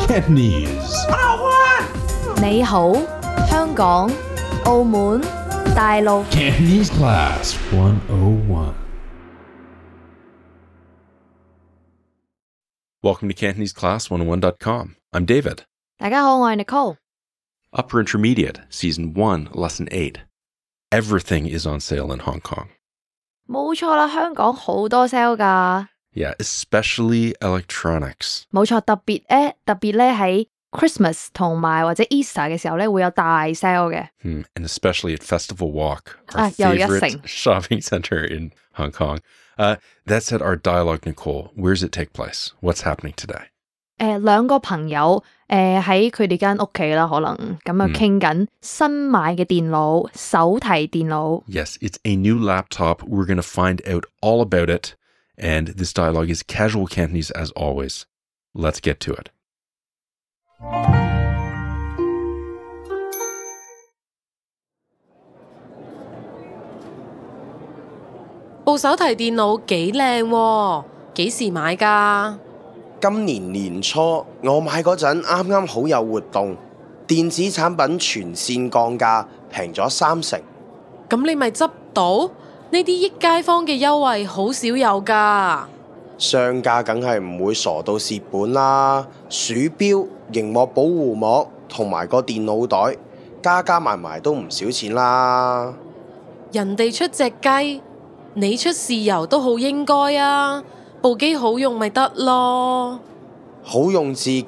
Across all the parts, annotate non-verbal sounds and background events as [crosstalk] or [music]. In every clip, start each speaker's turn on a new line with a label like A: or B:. A: Cantonese.
B: 你好，香港、澳門、大陸。
A: Cantonese Class 101.
C: Welcome to CantoneseClass101.com. I'm David.
B: 大家好，我係 Nicole。
C: Upper Intermediate, Season 1, Lesson 8. Everything is on sale in Hong Kong.
B: 冇錯啦，香港好多 sale 㗎。
C: Yeah, especially electronics.
B: 冇錯，特別咧，特別咧喺 Christmas 同埋或者 Easter 嘅時候咧，會有大 sale 嘅。
C: Hmm, And especially at Festival Walk, our
B: Ah, yeah, yes,
C: favorite
B: sing.
C: [laughs] shopping center in Hong Kong. Uh, that said, our dialogue, Nicole, where does it take place? What's happening today?
B: 誒、兩個朋友誒喺佢哋間屋企啦，可能咁啊
C: 嗯
B: 傾緊新買嘅電腦，手提電腦。
C: Yes, it's a new laptop. We're going to find out all about it. And this dialogue is casual Cantonese as always. Let's get to it.
D: 部手提電腦幾靚喎，幾時買㗎？
E: 今年年初我買嗰陣啱啱好有活動，電子產品全線降價，平咗三成。
D: 咁你咪執到？呢啲益街坊嘅優惠好少有㗎。
E: 商家梗係唔會傻到蝕本啦，鼠標、熒幕保護膜同埋個電腦袋，加加埋埋都唔少錢啦。
D: 人哋出隻雞，你出豉油都好應該啊！部機好用咪得咯。
E: 好用至奇，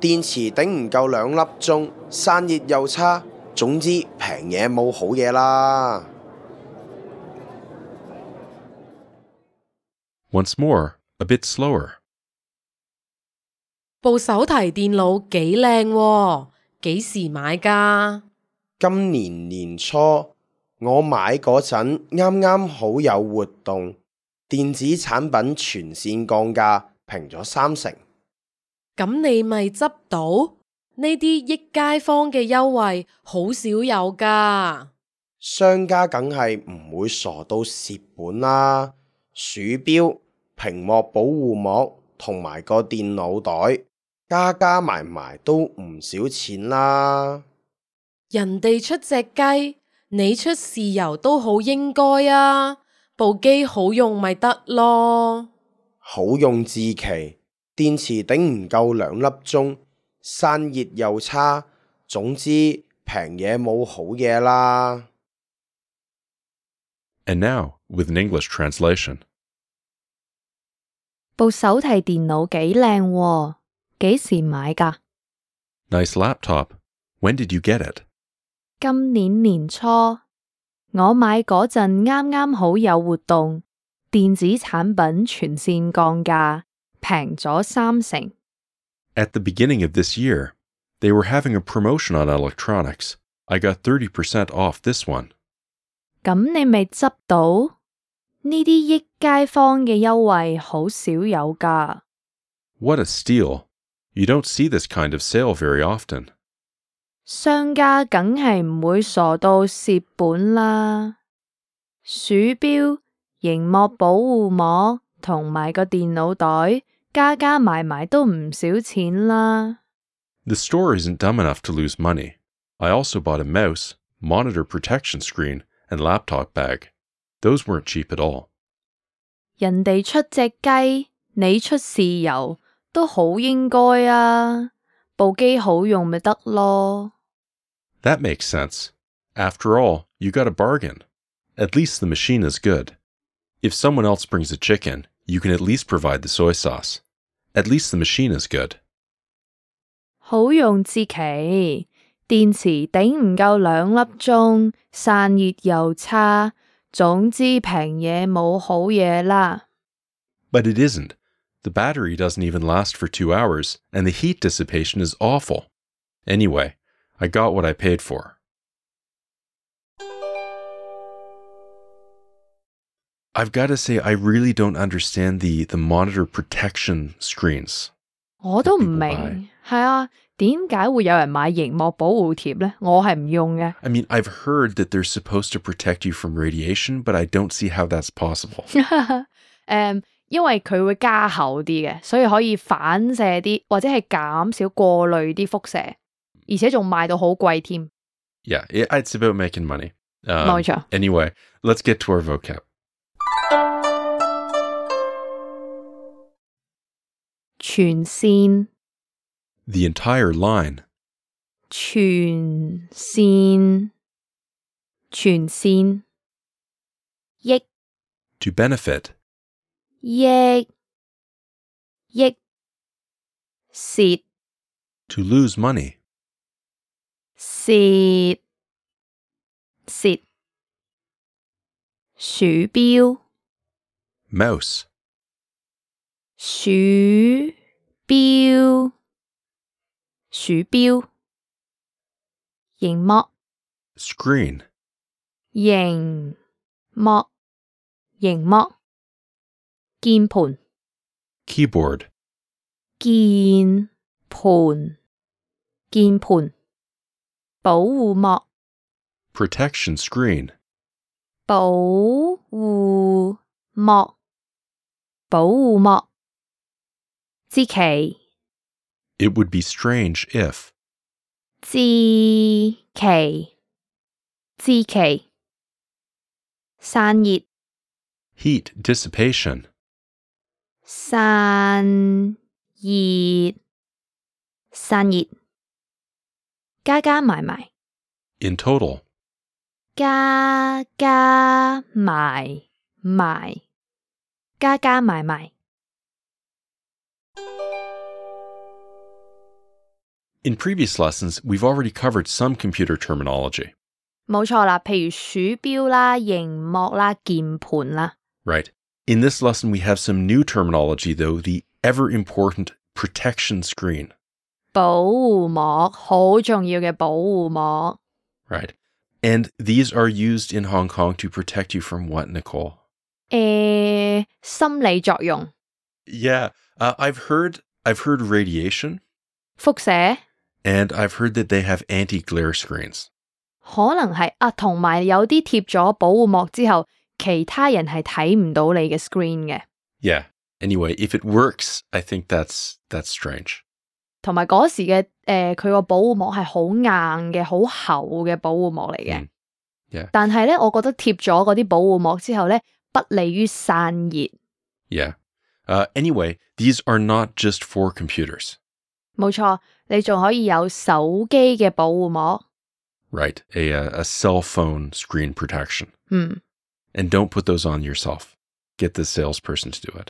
E: 電池頂唔夠兩粒鐘，散熱又差，總之平嘢冇好嘢啦。
C: Once more, a bit slower.
D: 部手提電腦幾靚喎，幾時買㗎？
E: 今年年初我買嗰陣，啱啱好有活動，電子產品全線降價，平咗三成。
D: 咁你咪執到？呢啲益街坊嘅優惠好少有㗎。
E: 商家梗係唔會傻到蝕本啦。鼠標、屏幕保護膜同埋個電腦袋，加加埋埋都唔少錢啦。
D: 人哋出隻雞，你出豉油都好應該啊！部機好用咪得咯。
E: 好用至奇，電池頂唔夠兩粒鐘，散熱又差，總之平嘢冇好嘢啦。
C: And now, with an English translation.
B: 部手提電腦幾靚喎，幾時買㗎？
C: Nice laptop. When did you get it?
B: 今年年初，我買嗰陣啱啱好有活動，電子產品全線降價，平咗三成。
C: At the beginning of this year, they were having a promotion on electronics. I got 30% off this one.
B: 咁你咪執到？呢啲益街坊嘅優惠好少有㗎。
C: What a steal! You don't see this kind of sale very often.
B: 商家梗係唔會傻到蝕本啦。鼠標、熒幕保護膜同埋個電腦袋，加加埋埋都唔少錢啦。
C: The store isn't dumb enough to lose money. I also bought a mouse, monitor protection screen, and laptop bag. Those weren't cheap at all.
B: 人哋出隻雞，你出豉油，都好應該啊！部機好用咪得咯。
C: That makes sense. After all, you got a bargain. At least the machine is good. If someone else brings a chicken, you can at least provide the soy sauce. At least the machine is good.
B: 好用至奇，電池頂唔夠兩粒鐘，散熱又差，總之平嘢冇好嘢啦。
C: But it isn't. The battery doesn't even last for two hours, and the heat dissipation is awful. Anyway, I got what I paid for. I've got to say, I really don't understand the, the monitor protection screens.
B: 我都唔
C: People
B: 明
C: buy.，
B: 係啊，點解會有人買熒幕保護貼呢？我係唔用嘅。
C: I mean, I've heard that they're
B: Hmm.
C: supposed to protect you from radiation, but I don't see how that's possible.
B: [laughs] 誒、因為佢會加厚啲嘅，所以可以反射啲或者係減少過濾啲輻射，而且仲賣到好貴添。
C: Yeah, it, it's about making money. Um,
B: 冇錯。
C: Anyway, let's get to our vocab.
B: 全線
C: The entire line.
B: 全線全線益
C: To benefit.
B: 益益蝕
C: To lose money.
B: 蝕蝕鼠標
C: Mouse.
B: 鼠標鼠標熒幕
C: Screen.
B: 熒幕熒幕鍵盤
C: Keyboard.
B: 鍵盤鍵盤保護膜
C: Protection screen.
B: 保護膜保護膜之期
C: It would be strange if.
B: 之期之期散熱
C: Heat dissipation.
B: 散熱散熱加加埋埋。
C: In total.
B: 加加埋埋，加加埋埋，
C: In previous lessons, we've already covered some computer terminology,
B: 冇錯啦。譬如鼠標啦、熒幕啦、鍵盤啦，
C: right? In this lesson, we have some new terminology, though the ever important protection screen,
B: 保護膜好重要嘅保護膜。
C: right? And these are used in Hong Kong to protect you from what, Nicole?
B: 诶、心理作用、
C: Yeah, uh, I've heard I've heard radiation,
B: 輻射
C: and I've heard that they have anti-glare screens.
B: 可能係啊，同埋有啲貼咗保護膜之後，其他人係睇唔到你嘅 screen 嘅。
C: Yeah. Anyway, if it works, I think that's that's strange.
B: 同埋嗰時嘅誒，佢、個保護膜係好硬嘅，好厚嘅保護膜嚟嘅。
C: 嗯，yeah
B: 但係咧，我覺得貼咗嗰啲保護膜之後咧，不利於散熱。
C: Yeah. Uh, anyway, these are not just for computers,
B: 冇錯，你仲可以有手機嘅保護膜。
C: right? A uh, a cell phone screen protection,
B: 嗯，
C: and don't put those on yourself. Get the salesperson to do it.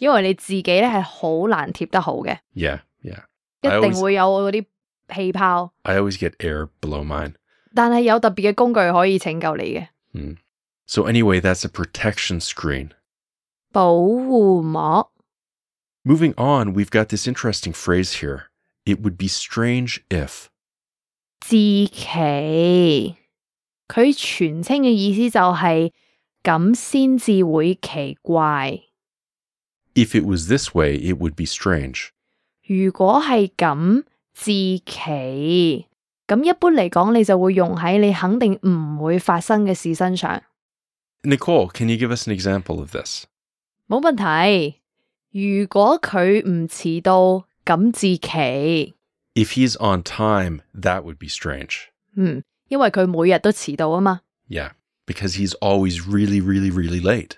B: 因為你自己咧係好難貼得好嘅，
C: Yeah, yeah.
B: 一
C: I
B: 定
C: always
B: 會有嗰啲氣泡。
C: I always get air below mine.
B: 但係有特別嘅工具可以拯救你嘅
C: So anyway, that's a protection screen.
B: 保護膜。
C: Moving on, we've got this interesting phrase here. It would be strange if.
B: 自奇，佢全稱嘅意思就係咁先至會奇怪。
C: If it was this way, it would be strange.
B: 如果係咁自奇，咁一般嚟講，你就會用喺你肯定唔會發生嘅事身上，
C: Nicole, can you give us an example of this?
B: 冇問題。如果佢唔遲到，咁自奇，
C: If he's on time, that would be strange.
B: 嗯，因為佢每日都遲到啊嘛，
C: Yeah, because he's always really, really, really late.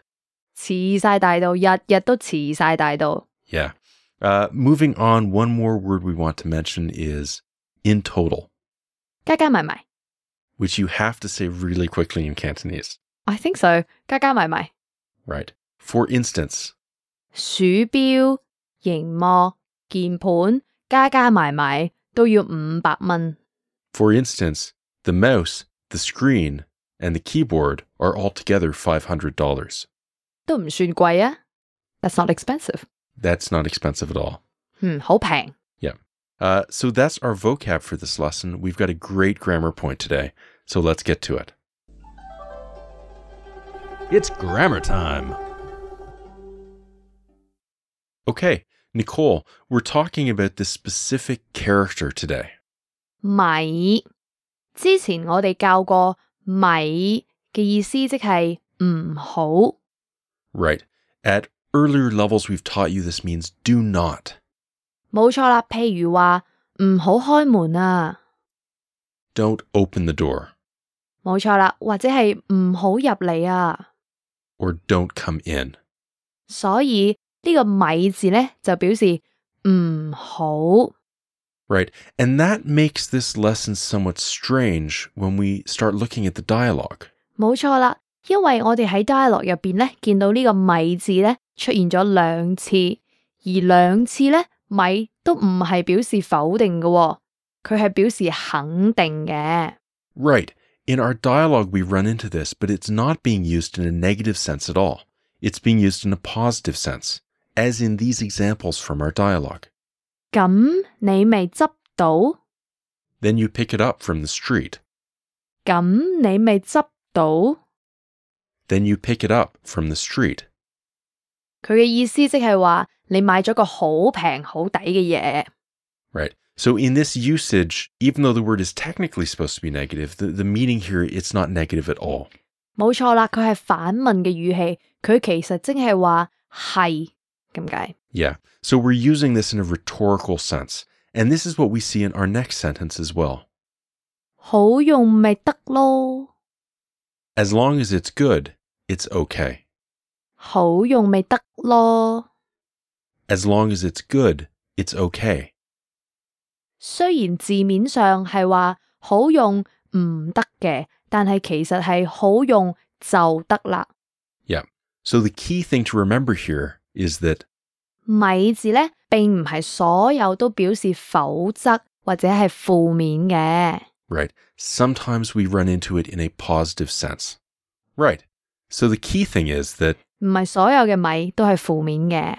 B: 遲晒大到，日日都遲晒大到，
C: Yeah. Uh, moving on, one more word we want to mention is in total,
B: 加加埋埋
C: which you have to say really quickly in Cantonese,
B: ，I think so，加加埋埋，
C: right? For instance,
B: 鼠標、熒幕、鍵盤，加加埋埋都要五百蚊。
C: for instance, the mouse, the screen, and the keyboard are altogether $500.
B: 都唔算貴啊。That's not expensive。
C: That's not expensive at all.
B: 嗯，好平。
C: Uh, so that's our vocab for this lesson. We've got a great grammar point today, so let's get to it.
A: It's grammar time.
C: Okay, Nicole, we're talking about this specific character today.
B: 米之前我哋教過米嘅意思，即係唔好。
C: Right. At Earlier levels we've taught you this means do not.
B: 冇錯啦，譬如話唔好開門啊，
C: Don't open the door.
B: 冇錯啦，或者係唔好入嚟啊。
C: Or don't come in.
B: 所以呢個米字呢，就表示唔好。
C: Right. And that makes this lesson somewhat strange when we start looking at the dialogue.
B: 冇錯啦，因為我哋喺 dialog 入邊咧，見到呢個米字咧出現咗兩次，而兩次咧米都唔係表示否定嘅、喎，佢係表示肯定嘅。
C: Right. In our dialogue, we run into this, but it's not being used in a negative sense at all. It's being used in a positive sense, as in these examples from our dialogue.
B: 咁你咪執到，
C: Then you pick it up from the street.
B: 咁你咪執到，
C: Then you pick it up from the street.
B: 佢嘅意思即係話你買咗個好平好抵嘅嘢。
C: Right. So in this usage, even though the word is technically supposed to be negative, the, the meaning here it's not negative at all.
B: 冇錯啦，佢係反問嘅語氣，佢其實即係話係咁解。
C: Yeah. So we're using this in a rhetorical sense. And this is what we see in our next sentence as well.
B: 好用咪得咯。
C: As long as it's good, it's okay.
B: 好用咪得咯。
C: As long as it's good, it's okay.
B: 雖然字面上係話好用唔得嘅，但係其實係好用就得啦。
C: So the key thing to remember here is that,
B: 米字呢並唔係所有都表示否則或者係負面嘅。
C: right, sometimes we run into it in a positive sense. Right. So the key thing is that,
B: 唔係所有嘅米都係負面嘅。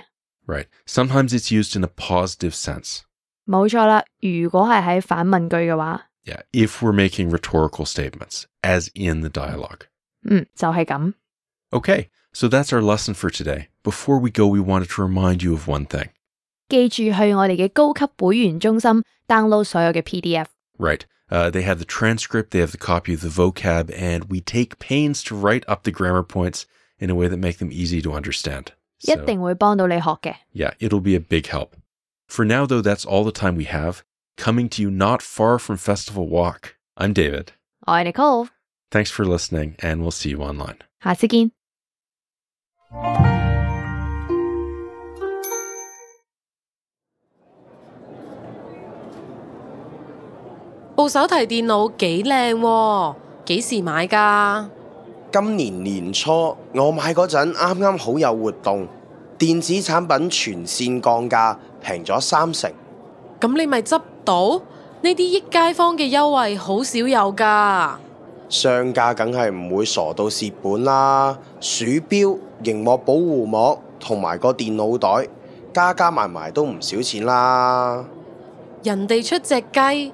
C: right, sometimes it's used in a positive sense.
B: 冇錯啦，如果係喺反問句嘅話，
C: Yeah. If we're making rhetorical statements, as in the dialogue.
B: 嗯，就係咁。
C: Okay, so that's our lesson for today. Before we go, we wanted to remind you of one thing.
B: 記住去我哋嘅高級會員中心 download 所有嘅 PDF。
C: Right. Uh, they have the transcript, they have the copy of the vocab, and we take pains to write up the grammar points in a way that make them easy to understand.
B: 一
C: So,
B: 定會幫到你學嘅。
C: yeah, it'll be a big help. For now, though, that's all the time we have. Coming to you not far from Festival Walk. I'm David.
B: 我係 Nicole，
C: Thanks for listening, and we'll see you online.
B: 下次見。
D: 部手提電腦幾靚喎，幾時買㗎？
E: 今年年初我買嗰陣啱啱好有活動，電子產品全線降價，平咗三成。
D: 咁你咪執到？呢啲益街坊嘅優惠好少有㗎。
E: 商家梗係唔會傻到蝕本啦，鼠標、熒幕保護膜同埋個電腦袋，加加埋埋都唔少錢啦。
D: 人哋出隻雞，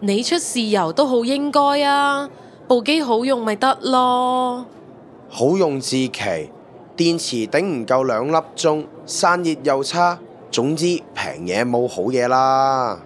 D: 你出豉油都好應該啊！部機好用咪得咯。
E: 好用至奇，電池頂唔夠兩粒鐘，散熱又差，總之平嘢冇好嘢啦。